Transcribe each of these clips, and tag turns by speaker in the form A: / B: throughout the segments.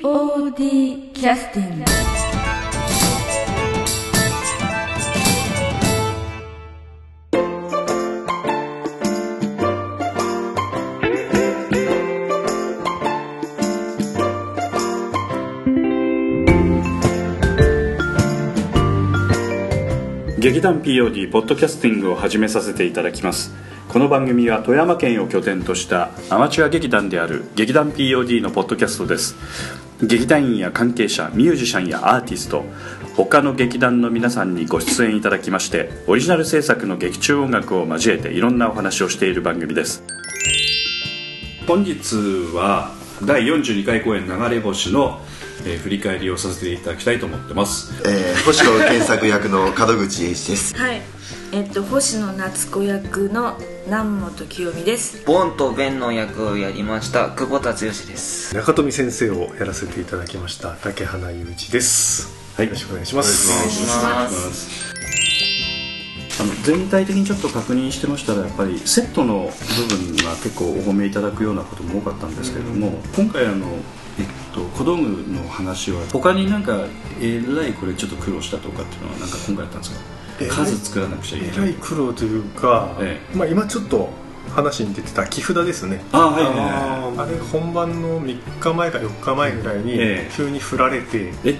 A: POD キャスティング
B: 劇団 POD ポッドキャスティングを始めさせていただきますこの番組は富山県を拠点としたアマチュア劇団である劇団 POD のポッドキャストです劇団員や関係者ミュージシャンやアーティスト他の劇団の皆さんにご出演いただきましてオリジナル制作の劇中音楽を交えていろんなお話をしている番組です本日は第42回公演流れ星の、えー振り返りをさせていただきたいと思ってます
C: えー、星野健作役の門口英一です
A: はいえっと星野夏子役の南本清美です
D: ボンとベンの役をやりました久保達義です
E: 中富先生をやらせていただきました竹花雄一です、
B: はい
E: よろしくお願いしま
D: お願い
E: す
D: します
B: あの全体的にちょっと確認してましたらやっぱりセットの部分が結構お褒めいただくようなことも多かったんですけれども、今回あの、えっと、小道具の話は他になんかえらいこれちょっと苦労したとかっていうのはなんか今回あったんですか、
E: えらい
B: 数作らなくちゃいけ
E: え
B: な
E: ら
B: い
E: い苦労というか、
B: え
E: まあ、今ちょっと話に出てた木札ですね
B: あはいはい
E: あ
B: はい
E: れ本番の3日前か4日前ぐらいに
B: ええ
E: 急に振られて、
B: え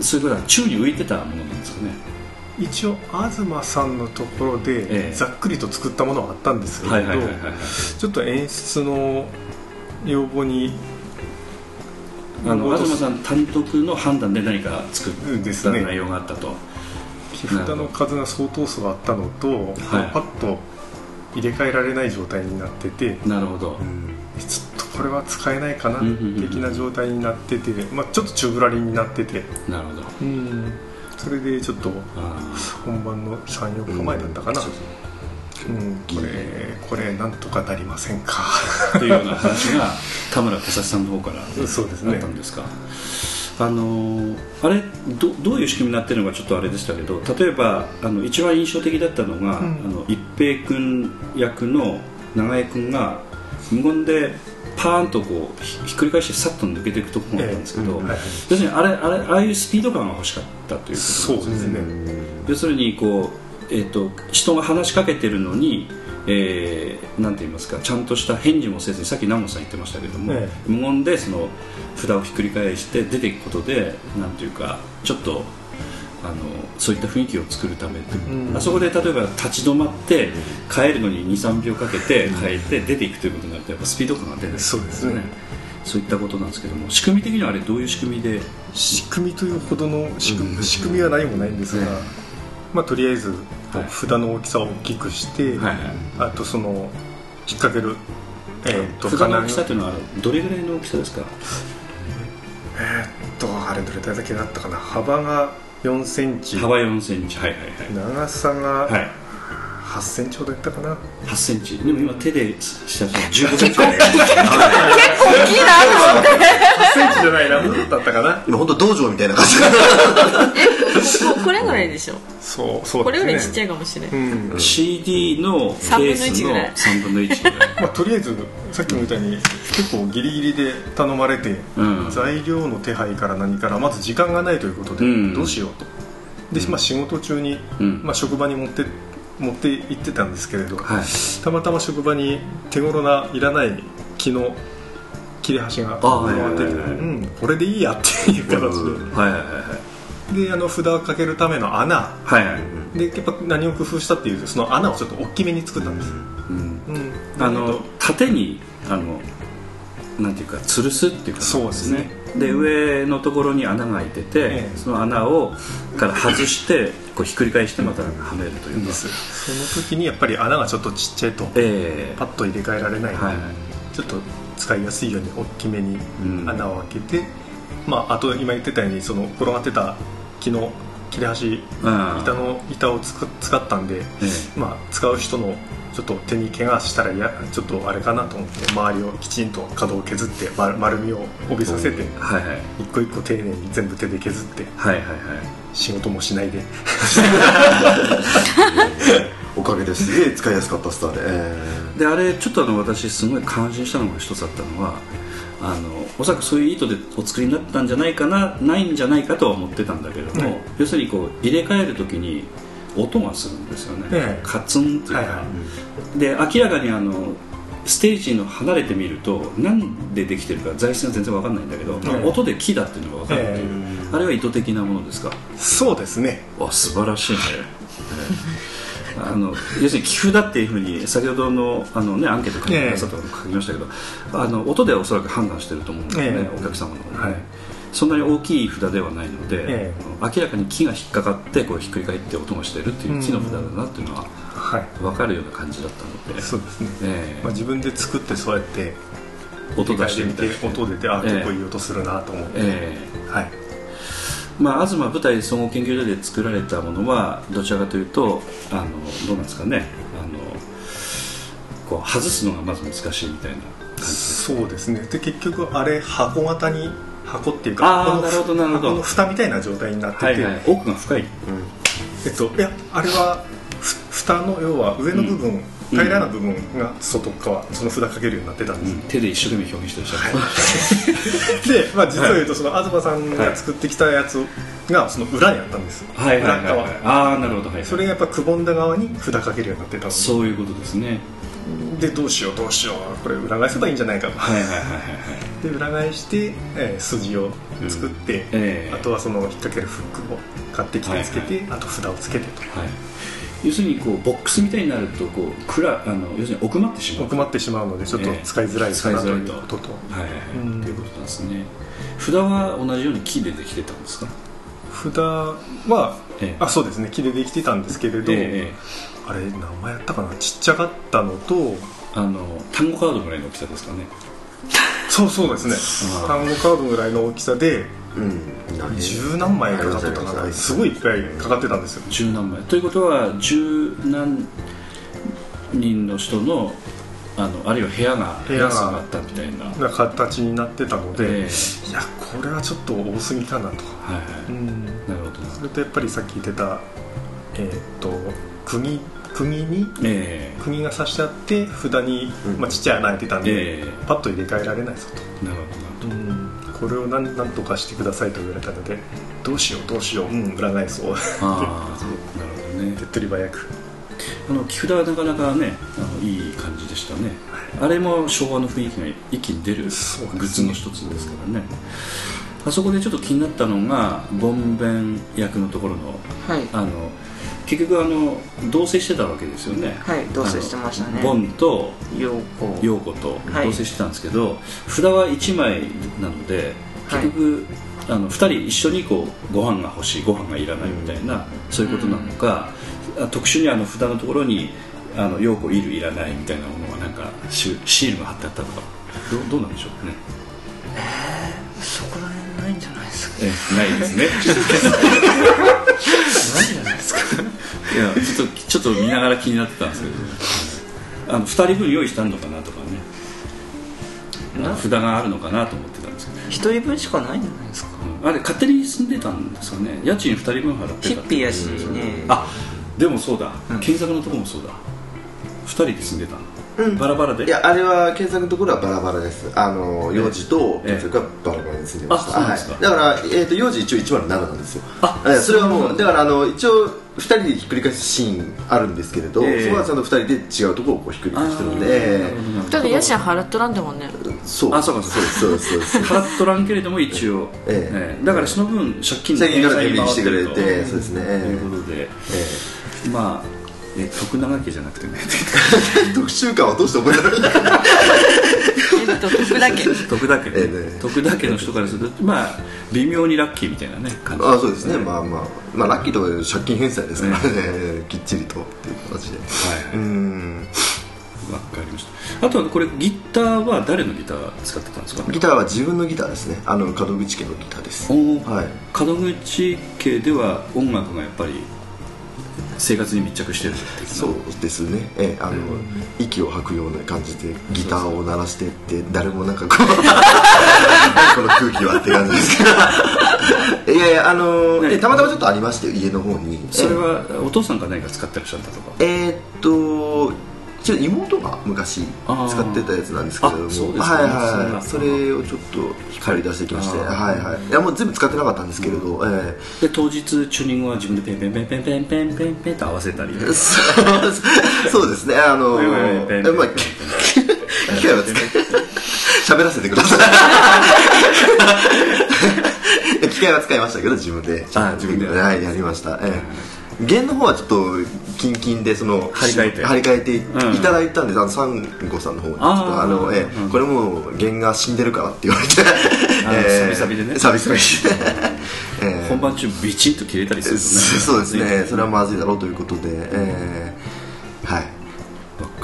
B: それから宙に浮いてたものなんですかね
E: 一応東さんのところ
B: ええ
E: でざっくりと作ったものはあったんですけれどちょっと演出の要望に
B: あの東さん単独の判断で何か作った内容があったと、
E: 木札の数が相当数あったのと、
B: はい
E: パッと入れ替えられない状態になってて
B: なるほど、
E: ちょっとこれは使えないかな
B: うんうんうん
E: 的な状態になってて、まあ、ちょっと宙ぶらりんになってて、
B: なるほど
E: それでちょっと
B: あ
E: 本番の34日前だったかな、うんこれこれなんとかなりませんか
B: っていうような話が田村小ささんの方から
E: そうです
B: あったんですかあのーあれどどういう仕組みになってるのかちょっとあれでしたけど例えばあの一番印象的だったのが、
E: うん
B: あの一平君役の長江君が無言でパーンとこうひひっくり返してさっと抜けていくところだったんですけど、
E: ええうんはいはい
B: 要するにあれあれああいうスピード感が欲しかったということなんです
E: そう
B: ね
E: ですね
B: 要するにこう、えー、と人が話しかけてるのに、えーなんて言いますかちゃんとした返事もせずにさっき南本さん言ってましたけども、
E: え
B: 無言でその札をひっくり返して出ていくことでなんていうかちょっとあのそういった雰囲気を作るために、
E: うん
B: あそこで例えば立ち止まって帰るのに23秒かけて帰って出ていくということになるとやっぱスピード感が出てくるんです
E: そうですね
B: そういったことなんですけども仕組み的にはあれどういう仕組みで
E: 仕組みというほどの仕組,、
B: うん
E: 仕組みはないもないんですが、
B: え
E: まあ、とりあえず
B: はい
E: 札の大きさを大きくして、
B: はいはい
E: あとその引っ掛ける、えー、と
B: 札の大
E: 金
B: き
E: 具
B: さというのはどれぐらいの大きさですか
E: えーっとあれどれだけだったかな幅が4センチ
B: 幅4センチはいはい
E: 長さ
B: はい、
E: が
B: はい、
E: 8センチほどやったかな、
B: 8センチでも今手でしたら15センチぐらい
E: 8センチじゃないなもっとだったかな
C: 今本当道場みたいな感じ
F: ここれぐらいでしょ
E: そうそう
F: これ
E: で
F: ぐらいち
E: すね
F: っちゃいかもしれない、
E: うん、
B: CD のケースの3分の1ぐらい
E: まあ、とりあえずさっきも言ったように結構ギリギリで頼まれて、
B: うん
E: 材料の手配から何からまず時間がないということで、
B: うん
E: どうしようとで、まあ、仕事中に、
B: うん
E: まあ、職場に持って持って行ってたんですけれど、
B: はい
E: たまたま職場に手頃ないらない木の切れ端が
B: あはい
E: 回ってき
B: は
E: て
B: いはいはい
E: うんこれでいいやっていう形
B: はいはいは
E: でであの札をかけるための穴
B: いはいはい、
E: でやっぱ何を工夫したっていうとその穴をちょっと大きめに作ったんです、
B: うん、
E: うん
B: あの縦にあのなんていうか吊るすっていうか
E: そうですね
B: で上のところに穴が開いてて、
E: ええ
B: その穴をから外してこうひっくり返してまたはめるというか、
E: ですその時にやっぱり穴がちょっとちっちゃいと
B: ええ
E: パッと入れ替えられない、
B: はい
E: ちょっと使いやすいように大きめに
B: うん
E: 穴を開けて、まあ、あと今言ってたようにその転がってた木の切れ端
B: うん
E: 板の板をつく使ったんで、
B: え
E: まあ、使う人のちょっと手に怪我したらいやちょっとあれかなと思って周りをきちんと角を削って丸丸みを帯びさせて
B: えはいはい
E: 一個一個丁寧に全部手で削って
B: はいはいはい
E: 仕事もしないで
C: おかげですげえ使いやすかったスターで、え
B: であれちょっとあの私すごい感心したのが一つあったのはあのおそらくそういう意図でお作りになったんじゃないかなないんじゃないかとは思ってたんだけども、
E: はい
B: 要するにこう入れ替える時に音がするんですよね、
E: ええ
B: カツンっていうか、
E: はいは
B: で明らかにあのステージの離れてみるとなんでできてるか材質が全然わかんないんだけど、
E: ええ
B: 音で木だっていうのがわかるっていう、あれは意図的なものですか
E: そうですね
B: わ素晴らしいねあの要するに寄付だっていうふうに先ほどのあの、ね、アンケート書きましたと書きましたけど、あの音でおそらく判断してると思うんですよね、
E: ええ
B: お客様の方がね、
E: はい
B: そんなに大きい札ではないので、
E: え
B: 明らかに木が引っかかってこうひっくり返って音がしてるっていう木の札だなっていうのは
E: はい
B: 分かるような感じだったので、
E: そうですね、
B: ええ
E: まあ、自分で作ってそうやって
B: 音出してみたり
E: 理解できて音出てあ
B: ええ
E: 結構いい音するなと思って、
B: ええ
E: はい
B: まあ、東舞台総合研究所で作られたものはどちらかというとあのどうなんですかねあのこう外すのがまず難しいみたいな感じです
E: そうですねで結局あれ箱型に箱っていう
B: あー
E: か箱の
B: なるほどなるほど
E: 箱の蓋みたいな状態になってて、
B: はいはい奥が深い
E: えっといやあれはふ蓋の要は上の部分、平らな部分が外側その札かけるようになってたんです、
B: 手で一生懸命表現してる人、
E: で、まあ、実を言うとその東さんが作ってきたやつがその裏にあったんです、
B: はいはいはい
E: 裏
B: はい
E: 側
B: ああなるほどはい
E: それがやっぱくぼんだ側に札かけるようになってたの
B: そういうことですね
E: でどうしようどうしようこれ裏返せばいいんじゃないかと
B: はいはいはいはい
E: で裏返して、えー筋を作って、
B: ええ
E: あとはその引っ掛けるフックを買ってきてつけて、あと札をつけてと
B: はい要するにこうボックスみたいになるとこうくらあの要するに奥まってしまう
E: 奥まってしまうのでちょっと
B: ええ
E: 使いづらいかな
B: 使
E: と
B: い
E: い
B: づらいうと
E: ことと、
B: はいはいはい
E: うん
B: っていうことなんですね札は同じように木でできてたんですか
E: 札は、
B: ええ
E: あそうですね木でできてたんですけれど、
B: ええ
E: あれ名前やったかなちっちゃかったのと
B: あの単語カードぐらいの大きさですかね
E: そうそうですね
B: ああ
E: 単語カードぐらいの大きさで
C: うんなんで
E: 十何枚かかってたかなすごいいっぱいかかってたんですよ
B: 十何枚ということは十何人の人のあのあるいは部屋が
E: 部屋が
B: 安くなったみたいな
E: な形になってたので、
B: ええ
E: いやこれはちょっと多すぎかなと、
B: はいは
E: うん
B: いなるほど
E: それとやっぱりさっき言ってたえーっと釘釘に
B: え
E: 釘が刺してあって札に、まあ、ちっちゃい穴開いてたん
B: え
E: で、
B: え
E: パッと入れ替えられないぞ
B: え なるほどな
E: と、これをなんなんとかしてくださいと言われたのでどうしようどうしよう、うん、売らない そう
B: ああなるほどね
E: 手っ取り早く
B: あの木札はなかなかねあのいい感じでしたねあれも昭和の雰囲気が一気に出るグ
E: そうですね
B: ッズの一つですからねあそこでちょっと気になったのがボンベン役のところの
F: はい
B: あの結局あの同棲してたわけですよね
F: はい同棲してましたね
B: あのボンと
F: ようこ
B: 陽子と同
F: はい
B: 棲してたんですけど、札は1枚なので
F: はい
B: 結局、あの2人一緒にこうご飯が欲しいご飯がいらないみたいな、そういうことなのか、あ特殊にあの札のところにあの陽子いるいらないみたいなものがなんかシシールが貼ってあったとかどどうなんでしょうね、
F: そこら辺ないんじゃないですか
B: えないで すねいやちょっとちょっと見ながら気になってたんですけどあの2人分用意したのかなとかねあの札があるのかなと思ってたんですけど
F: 一人分しかないんじゃないですか
B: あれ勝手に住んでたんですかね家賃2人分払って
F: ヒ
B: た
F: ッピーやしね
B: あでもそうだ、
F: うん
B: 検索のとこもそうだ2人で住んでたの、バラバラで
C: いやあれは検索のところはバラバラですあの幼児と
B: ええ
C: 検索はバラバラに住んでました、
B: あそうなんですか
C: はい、だから、えー、と幼児一応107なんですよ
B: あ
C: えそれはもうだからあの一応2人でひっくり返すシーンあるんですけれど、
B: ええ
C: そこはちゃんと2人で違うところをこうひっくり返してるので、ええ
F: だって家賃払っとらんでもん ね
C: そう
B: あそうかそ
C: そうう
B: か
C: そうそうそう
B: 払っとらんけれども一応、
C: ええ
B: だからその分借金の
C: 最
B: 返
C: 近から
B: 済
C: 手
B: に
C: に
B: 回っ
C: して
B: て
C: く
B: る
C: れ
B: と
C: て、そうですね、
B: と
C: え
B: いうことで、
C: ええ
B: まあえ徳永家じゃなくてね
C: え特集感をどうして覚えられない
F: えっと得だけ
B: 徳田家ね、
C: ええね
B: 徳田家の人からするとまあ微妙にラッキーみたいなね感じ
C: あそうですね、まあまあ、まあ、ラッキーとかで借金返済ですからね、きっちりとっていう形で、
B: はいはいう
C: ーん
B: わかりましたあとはこれギターは誰のギター使ってたんですか
C: ギターは自分のギターですねあの門口家のギターです
B: おー
C: はい
B: 門口家では音楽がやっぱり生活に密着してるっていうか
C: そうですね、ええ、あの、息を吐くような感じでギターを鳴らしてって誰もなんかこう この空気はって感じです けどいやいやあの
B: ね
C: えたまたまちょっとありまして家の方に
B: それはお父さんか何か使ってらっしゃったとか
C: えーっとちょっと妹が昔
B: あー
C: 使ってたやつなんですけれども
B: あそうですか
C: はい
B: そうなん
C: は
B: だ
C: いそれをちょっと引っ張り出してきまして
B: あー
C: はいはいいやもう全部使ってなかったんですけれど、ええ
B: で当日チューニングは自分でペンペンペンペンペンペンペンペンと合わせたり
C: そうそうですね、あの、
B: おいおいおいペンペン
C: まあ、き機械は使い、 喋らせてください。機械は使いましたけど、自分で、
B: あ自分で
C: はい、やりました。ええ、弦の方はちょっと、キンキンで、その、
B: 張り替えて
C: 張り替えてい
B: ん
C: ただいたんで、あの、サンゴさんの方に、ちょっと、
B: あー
C: あの、ええ、これもう、弦が死んでるからって言われて、
B: あの
C: ええ
B: サビサビでね
C: サビ サビ。ええ
B: 本番中ビチンと切れたりするとね
C: そうですね、それはまずいだろうということで、えーはい、
B: わ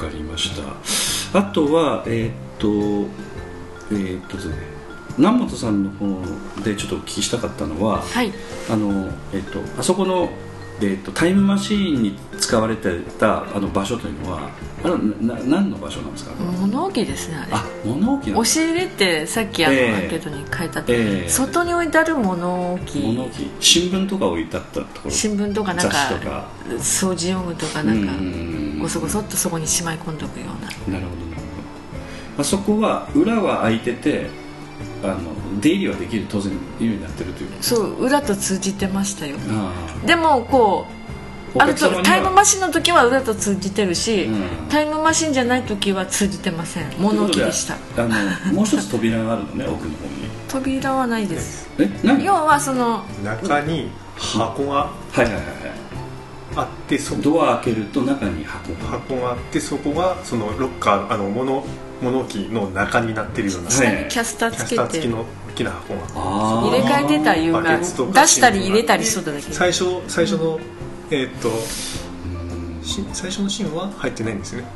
B: かりましたあとはえーっとえーっとですね南本さんの方でちょっとお聞きしたかったのは、
G: はい
B: あのえーっとあそこの、えーっとタイムマシーンに使われてたあの場所というのはあれはなな何の場所なんですか、
A: 物置ですねあれ
B: あ物置なん
A: 押
B: です
A: し入れってさっきあの、
B: ええ
A: アンケートに書いてあった、
B: ええ
A: 外に置いてある物置
B: 物置新聞とか置いてあったところ
A: 新聞とかなんか
B: 雑誌とか
A: 掃除用具とかなんか
B: うん
A: ごそごそっとそこにしまい込んどくような
B: なるほどなるほどあそこは裏は空いててあの出入りはできる当然ようになってるという
A: そう裏と通じてましたよ
B: あ
A: でもこう
B: あ
A: あるとタイムマシンの時は裏と通じてるし、
B: うん
A: タイムマシンじゃない時は通じてません物置でした
B: あのもう一つ扉があるの ね奥の方に
A: 扉はないです
B: え何
A: 要
B: はい
A: はその
E: 中に箱が
B: はいはいは
E: あってそ
B: いドア開けると中に箱が
E: 箱があってそこがそのロッカーあの物物置の中になってるような、
B: はい
A: キャスター
E: キャ
A: つ
E: ス
A: け
E: ター付き
A: て
E: の大きな箱が
B: あ
A: 入れ替えてたいう
E: バ
A: か
E: ケ
A: 出
E: ツとか
A: したり入れたりしとっただけ
E: 最初最初の、えーっとし最初のシーンは入ってないんですよね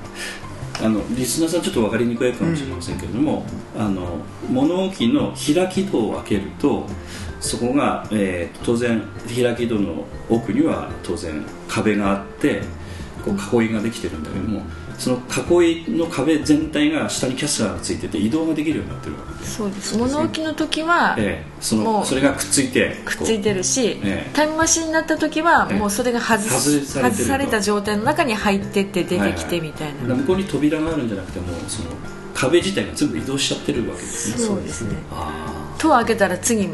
B: あのリスナーさんちょっと分かりにくいかもしれませんけれども、あの物置の開き戸を開けるとそこが、えー当然開き戸の奥には当然壁があってこう囲いができてるんだけども、その囲いの壁全体が下にキャスターがついてて移動ができるようになってるわけで、
A: そうです物置の時は
B: ええそ
A: も
B: の
A: う
B: それがくっついて
A: くっついてるし、
B: ええ
A: タイムマシンになった時は
B: ええ
A: もうそれが外す
B: 外されてると
A: 外された状態の中に入ってって出てき
B: はいはい
A: てみたいな、
B: こう向こうに扉があるんじゃなくてもうその壁自体が全部移動しちゃってるわけですね
A: そうですね
B: あ
A: 戸を開けたら次
B: あ
A: な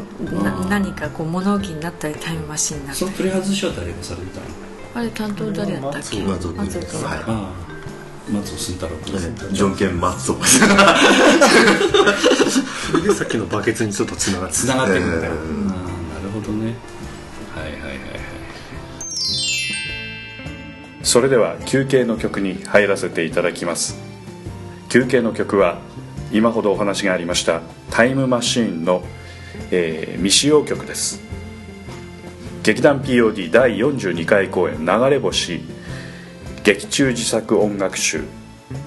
B: ー
A: 何かこう物置になったりタイムマシンにな
B: あ
A: った
B: そ
A: り
B: の取り外しは誰がされてたの
A: あれ担当誰やったっけ
C: 松尾君で
A: 松尾
C: す。
A: 君
C: はい
B: ああ松尾慎太郎君ですね
C: ジョンケン松尾です。
E: それでさっきのバケツにちょっとつながって
B: つながってるんだよ、あ
C: え
B: あなるほどねはいはいはいはい
H: それでは休憩の曲に入らせていただきます休憩の曲は今ほどお話がありましたタイムマシーンの、えー未使用曲です劇団 POD 第42回公演「流れ星」劇中自作音楽集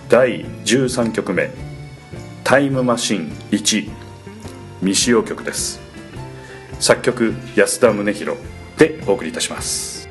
H: 第13曲目「タイムマシーン1」未使用曲です作曲安田宗弘でお送りいたします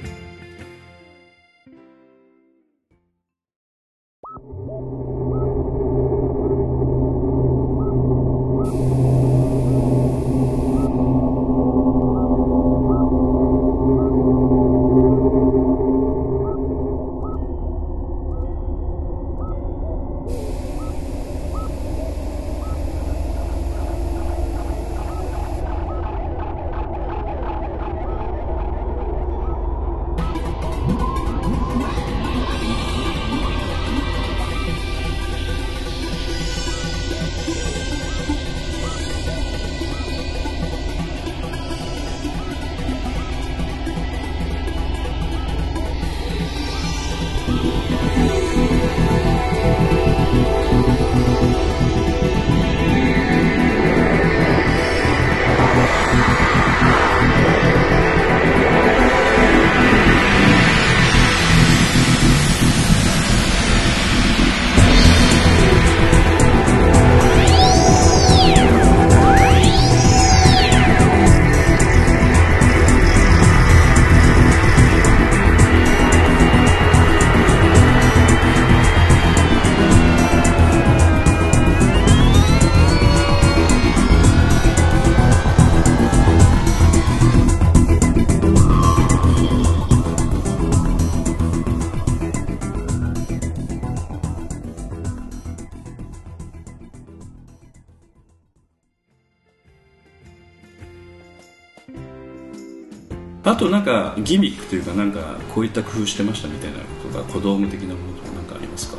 B: あとなんかギミックというかなんかこういった工夫してましたみたいなことが小道具的なものとかなんかありますか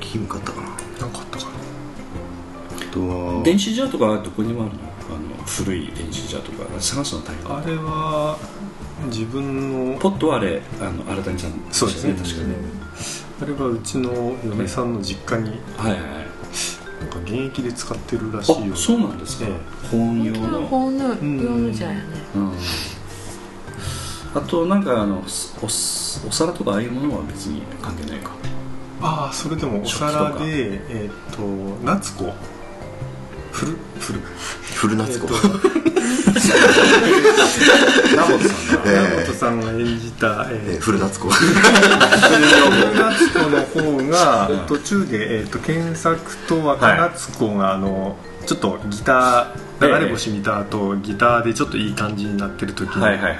C: キム買ったかな
E: なんかあったかな
C: あとは
B: 電子ジャーとかはどこにもあるのあの古い電子ジャーとか探すの大変
E: あれは自分の
B: ポットはあれあの新谷さん
E: そうですね
B: 確かね
E: あれはうちの嫁さんの実家に
B: はいはいはい
E: なんか現役で使ってるらしいよ
B: あそうなんですか、
E: え
B: 保温用
A: 本当の
B: の
A: ホーム用のじゃんやね
B: うんあとなんかあのおおお皿とかああいうものは別に関係ないか
E: ああそれでもお
B: 食器と
E: 皿
B: か
E: でえーっ、と夏子フルフル
C: 古夏子、
E: えーっと
B: ラボさんが
C: えー
E: 山本さんが演じた、えーっと
C: えー、古夏子
E: 夏子の方が途中で、えー、と検索と若夏子があのちょっとギター流れ星見た後、ギターでちょっといい感じになってる時に、
B: はいはいはい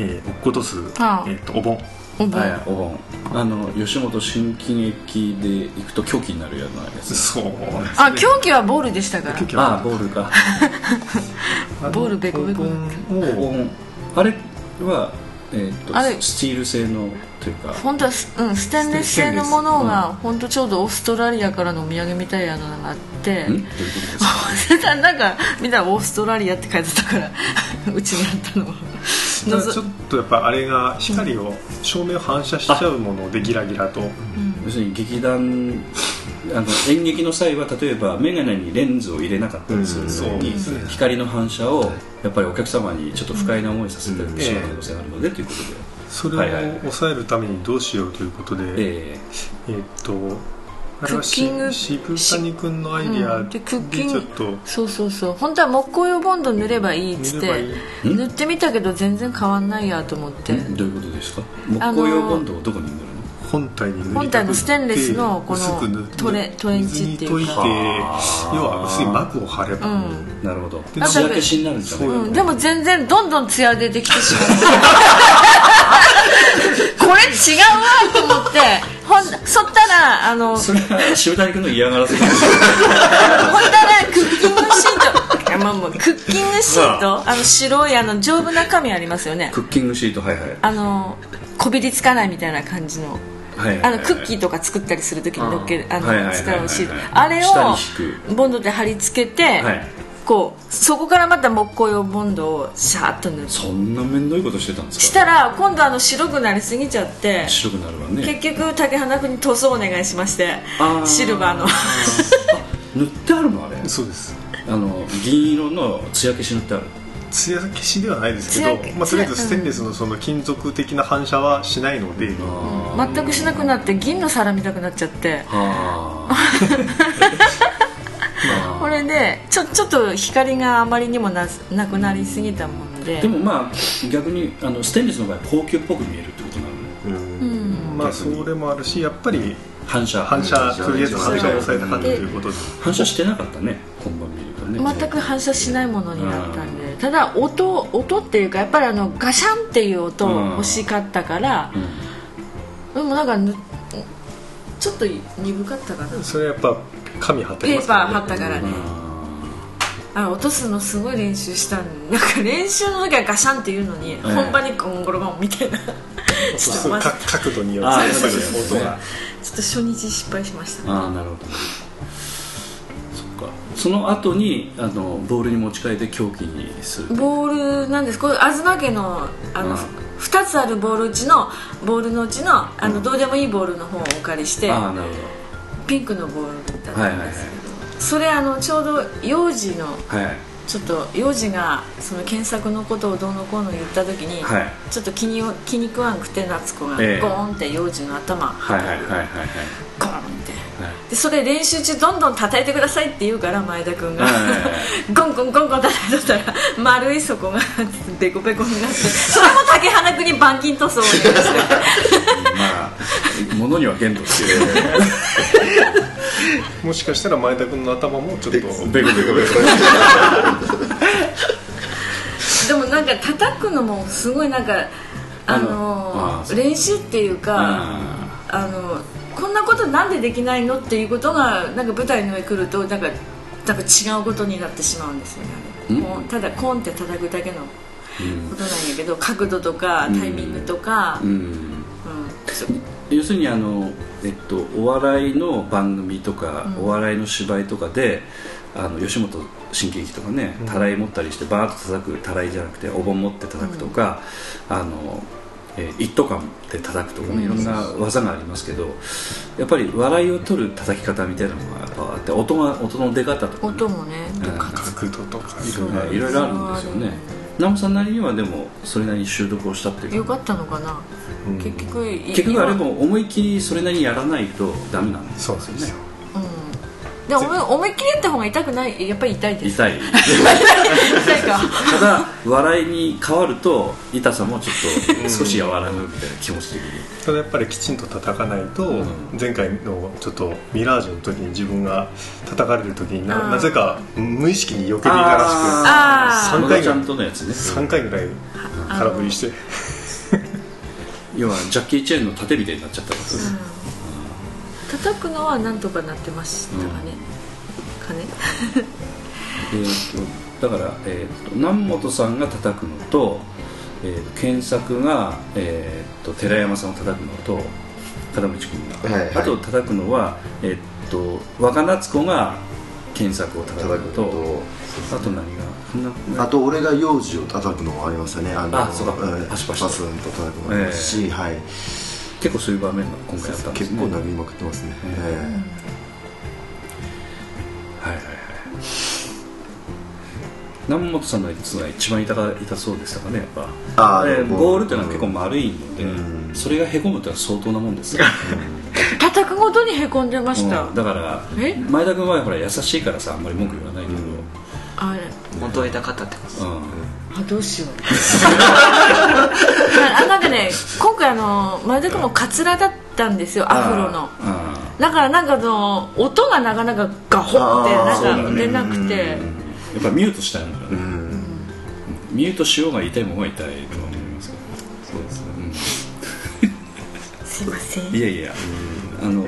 E: えー落っことす、え
A: あ
E: ー、とお盆
A: お盆
B: はいお盆あの吉本新喜劇で行くと狂気になるようなやつ
E: そうですね
A: あ狂気はボールでしたから
E: 結局
B: ああボールか
E: あの
A: ボールベコベコ
E: お
B: お
E: 盆を
B: 盆あれは、えー、と
A: あれ
B: スチール製のというか
A: 本当はス,、うん、ステンレス製のものが、本当ちょうどオーストラリアからのお土産みたいなのがあって
B: んどういうことですか
A: 忘れた なんか見たらオーストラリアって書いてたから うちにあったのは
E: た
A: の
E: だ
A: ぞ
E: ちょっとやっぱあれが光を照明を反射しちゃうものでギラギラと
B: 要するに劇団あの演劇の際は例えば眼鏡にレンズを入れなかったりするのに、
E: うんそうですね
B: 光の反射をやっぱりお客様にちょっと不快な思いさせてしまう可能性があるのでということで、
E: それを
B: はいはいはい
E: 抑えるためにどうしようということで、
B: え
E: えーっとあれはし
A: クッキング
E: 渋谷君のアイデ
A: う
E: ア
A: んで
E: で
A: クッキン
E: ち
A: グ
E: ょっと
A: そうそうそう本当は木工用ボンド塗ればいいっつっ
E: 塗れば
A: て
E: いい
A: 塗ってみたけど全然変わんないやと思って、
B: ーどういうことですか木工用ボンドをどこに塗るの、
E: 本体に塗り
A: 本体のステンレスのこの
E: 薄く塗って
A: トレトレンチっていうか
E: 水に溶いて要は薄い膜を貼れば、
A: うん
B: なるほど
E: なんか
B: 素焼けしになるんじゃないか
A: うん、でも全然どんどんツヤ出てき てしまうこれ違うわと思ってほんそったらあのほん
B: それは渋谷君の嫌がらせです
A: たらクッキングシートいやまあまあクッキングシートあの白いあの丈夫な紙ありますよね
B: クッキングシートはいはい
A: あのこびりつかないみたいな感じの
B: はい
A: あのクッキ
B: ー
A: ーとか作ったりする時にのっけるあ
B: はいはいは
A: の
B: いはい
A: 使うシート
B: はい
A: あれ
B: 下に敷
A: をボンドで貼り付けて、
B: はい
A: こうそこからまた木工用ボンドをシャーッと塗る
B: そんな面倒いことしてたんですか
A: したら今度あの白くなりすぎちゃって
B: 白くなるわね
A: 結局竹花君に塗装お願いしまして
B: あー
A: シルバーの
B: 塗ってあるのあれ
E: そうです
B: あの銀色の艶消し塗ってある
E: 艶消しではないですけど
A: 艶消、し
E: まあ、とりあえずステンレスのその金属的な反射はしないので、
A: 全くしなくなって銀の皿見たくなっちゃって
B: ああ
A: これでちょちょっと光があまりにもななくなりすぎたもんで
B: でもまあ逆にあのステンレスの場合高級っぽく見えるってことなのね
E: まあそれもあるしやっぱり
B: 反射
E: 反射とりあえず反射を抑えた感じということで
B: 反射してなかったね本番見るとね
A: 全く反射しないものになったんでただ音音っていうかやっぱりあのガシャンっていう音
B: うん
A: 欲しかったから
B: ん
A: でもなんかぬちょっと鈍かったかな
E: それはやっぱ紙貼って
A: ペ
E: ます
A: ーパー
E: か
A: 貼
E: ら
A: っ
E: ね
A: たからねあ落とすのすごい練習したん なんか練習の時はガシャンっていうのに、
B: え
A: 本番にゴンゴロゴンみたい なちょっと
E: そう
A: ま
E: か
A: ず
E: 角度によ
B: あ
E: っ
B: ー
E: て
B: そうですね
E: 音が
A: ちょっと初日失敗しました
B: ああなるほどそっかその後にあのボールに持ち替えて狂気にする
A: ボールなんですこれ東家のあの、
B: うん
A: 2つあるボールうちのボールのうちのあのどうでもいいボールの方をお借りして
B: ああなるほ
A: ピンクのボールだっ
B: どは
A: た
B: い
A: ん
B: はい
A: ですそれあのちょうど幼児の
B: はいはい
A: ちょっと幼児がその検索のことをどうのこうの言った時に、
B: はい
A: ちょっと気に気に食わんくて夏子がゴ
B: ええ
A: ーンって幼児の頭
B: はいはいはいはいはい
A: ゴーンってでそれ練習中どんどん叩いてくださいって言うから前田君が
B: はいはいは
A: ゴンゴンゴンゴン叩いてたら丸い底が ベコベコになってそれも竹花君に板金塗装をお願いして
B: まあ 物には限度っていう
E: もしかしたら前田君の頭もちょっと
B: ベコベコベコ
A: でもなんか叩くのもすごいなんかあ
B: あ
A: の
B: あそう
A: 練習っていうか
B: あ
A: あのこんなことなんでできないのっていうことがなんか舞台の上来るとなんかなんか違うことになってしまうんですよね
B: ん
A: もうただコンって叩くだけの
B: ー
A: ことなんやけど角度とかタイミングとか、
B: うん
A: うん
B: 要するにあの、えっと、お笑いの番組とか、お笑いの芝居とかであの吉本新喜劇とかねたらい持ったりしてバーッと叩くたらいじゃなくてお盆持って叩くとか、あのえー一斗缶で叩くとかねいろんな技がありますけどやっぱり笑いを取る叩き方みたいなのがやっぱあって音が音の出方とかね、
A: 音もね
B: うん
E: 角度とか
B: いろいろいろいろあるんですよねナムさんなりにはでもそれなりに習得をしたっていう
A: よかったのかな、結局い
B: 結局あれも思い切りそれなりにやらないとダメなんです
E: そうですね
A: 今うんでも思い思いっきりやった方が痛くないやっぱり痛いです
B: 痛い
A: 痛いか
B: ただ笑いに変わると痛さもちょっと少し和らぐみたいな気持ち的に
E: ただやっぱりきちんと叩かないと、
B: ん
E: 前回のちょっとミラージュの時に自分が叩かれる時に
A: あ
E: な
A: ー
E: なぜか無意識に避けていたらし
A: あ
E: 三
B: 野
E: 回
B: 田
E: 目
B: ちゃんとのやつね
E: く3回ぐらい空振りして
B: 要はジャッキー・チェーンの縦みたいになっちゃったことです
A: あ叩くのはなんとかなってましたかね、かね
B: えーとだから、えーと南本さんが叩くのと,、えーと検索が、えーと寺山さんを叩くのと片道君が、
C: はいはい
B: あと叩くのは、えー、と若夏子が検索を叩
C: 叩
B: く
C: く
B: の
C: ことと
B: あと何がこんな
C: あと俺が幼児を叩くのもありましたねあの
B: あそうか
C: ん
B: パシパシ
C: パスンと叩くのもありますし、はい
B: 結構そういう場面が今回あったんです
C: 結
B: ね
C: 構殴りまくってますね、
B: うん
C: え
B: はいはいはい南本さんのやつが一番痛か痛そうでしたかねやっぱ
C: あー
B: え
C: でも
B: ゴールっていうのは結構丸いので、
C: うん
B: それがへこむってのは相当なもんですよ
A: 叩くごとにへこんでました、
B: うんだから
A: え
B: 前田君はほら優しいからさあんまり文句言わないけど、うん
A: あれ
D: 元枝方ってこと
A: あどうしようあなんかね今回あの前田君もカツラだったんですよアフロの
B: あ
A: だからなんかその音がなかなかガホンって
C: あー
A: なん
B: そ
A: か
B: うだね
A: 出なくて、
B: ーやっぱミュートしたいのかな、
C: えうん
B: ミュートしようが痛いもんが痛いとは思いますけどそうですね、
A: すいません
B: いやいやあの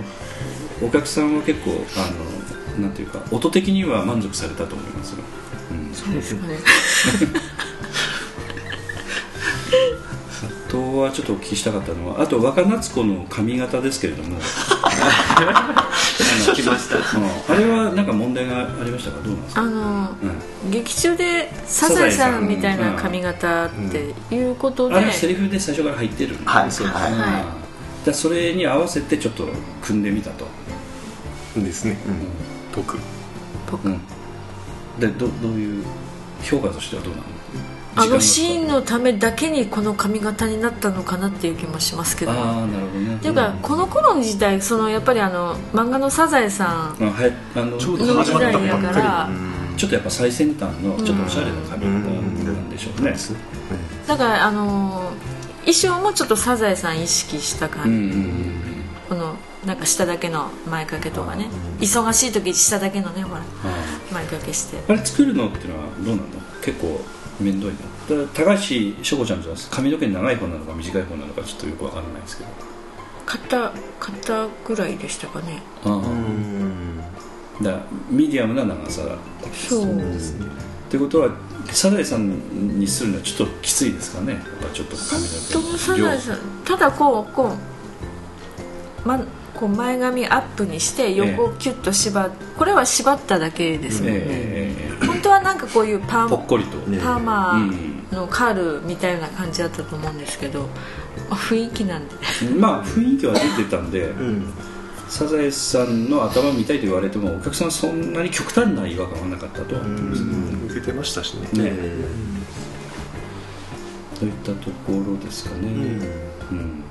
B: お客さんは結構あのなんていうか音的には満足されたと思いますよ、うん、
A: ですかね
B: あとはちょっとお聞きしたかったのはあと若夏子の髪型ですけれど も聞きましたあれはなんか問題がありましたかどうなんですか、
A: あの
B: うん
A: 劇中でサザエさんみたいな髪型っていうことで、
B: あれはセリフで最初から入ってるんだ
C: はいそうです
B: うん
C: は
B: じゃあそれに合わせてちょっと組んでみたと、
E: ですね、僕
B: うんでどどういう評価としてはどうなの
A: あの
B: 時
A: シ
B: 間
A: ーン
B: が
A: のためだけにこの髪型になったのかなっていう気もしますけどっ
B: ああなるほどね
A: ていうかこの頃自体そのやっぱりあの漫画の「サザエさん
B: うん、あはやあの」ちょ
E: ょうど
A: の時代だ
E: 始ま
A: か
E: ったば
A: ら
B: っとやっぱ最先端のちょっとおしゃれな髪型なんでしょうね、
A: だからあの衣装もちょっとサザエさん意識した感
B: う
A: じ、
B: んうんうん
A: このなんか下だけの前掛けとかね忙しい時下だけのねほら
B: あ
A: 前掛けして
B: ーあれ作るのっていうのはどうなの結構面倒いのだから高橋翔子ちゃんとは髪の毛長い方なのか短い方なのかちょっとよくわからないですけど
A: 肩肩ぐらいでしたかね
B: あーだからミディアムな長さだ
A: そう
B: ってことはサザエさんにするのはちょっときついですかねやっぱちょっと髪
A: ともサ
B: の毛の量
A: ザエさんただこうこう,、ま、こう前髪アップにして横をキュッと縛っこれは縛っただけですもんね、
B: えええええ
A: 本当はなんかこういうパ
B: えぽっ
A: ー
B: こりと、
A: パー
B: う
A: マ
B: ん、
A: のカールみたいな感じだったと思うんですけどまあ雰囲気なんで
B: まあ雰囲気は出てたんで、
C: うん
B: サザエさんの頭見たいと言われてもお客さんはそんなに極端な違和感はなかったとは思いますね、
E: 受けてましたしね
B: ねといったところですかね、うん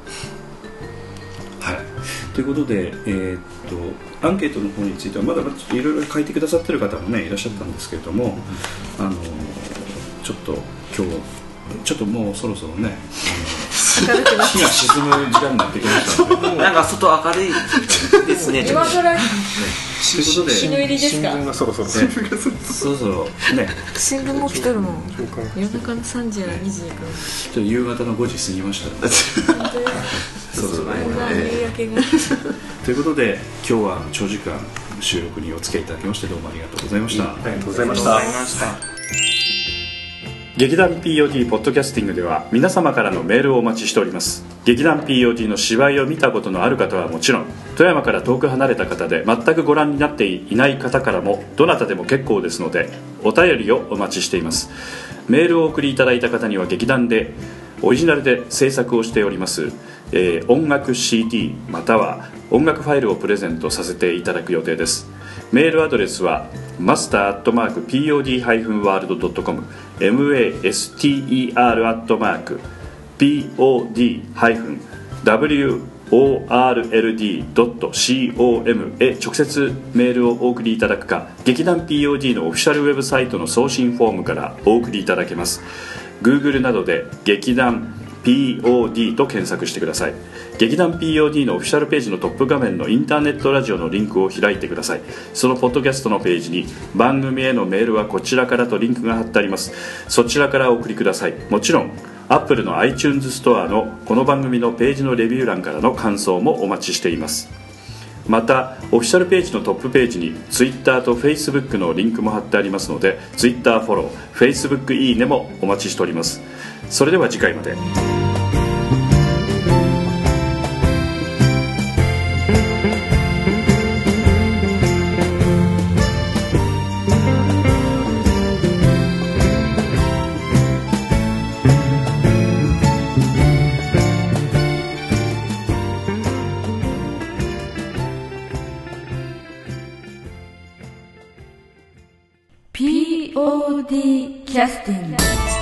B: はい、ということで、えーっとアンケートの方についてはまだまだちょっといろいろ書いてくださってる方も、ね、いらっしゃったんですけれども、あのちょっと今日ちょっともうそろそろねあの日が沈む時間になってきました ので。
D: なんか外明るいですねちょっと
A: 更
B: ということで
A: 日の入りですか
E: 新聞がそろそろ
B: そろそろね
A: 新聞も来とるもん夜中の3時やら2時に行く
B: ちょっと夕方の5時過ぎましたのでそろ そろね
A: こんな夕焼けが
B: ということで今日は長時間収録にお付き合いいただきましてどうもありがとうございました、
E: ありがとうございました
D: ありました
H: 劇団 POD ポッドキャスティングでは皆様からのメールをお待ちしております劇団 POD の芝居を見たことのある方はもちろん富山から遠く離れた方で全くご覧になっていない方からもどなたでも結構ですのでお便りをお待ちしていますメールをお送りいただいた方には劇団でオリジナルで制作をしております、えー音楽 CD または音楽ファイルをプレゼントさせていただく予定ですメールアドレスはマスター -pod-world.com master pod-world.com へ直接メールをお送りいただくか劇団 POD のオフィシャルウェブサイトの送信フォームからお送りいただけます Google などで劇団 POD と検索してください劇団 POD のオフィシャルページのトップ画面のインターネットラジオのリンクを開いてくださいそのポッドキャストのページに番組へのメールはこちらからとリンクが貼ってありますそちらからお送りくださいもちろん Apple の iTunes ストアのこの番組のページのレビュー欄からの感想もお待ちしていますまたオフィシャルページのトップページに Twitter と Facebook のリンクも貼ってありますので Twitter フォロー Facebook いいねもお待ちしておりますそれでは次回まで
I: ー POD キャスティング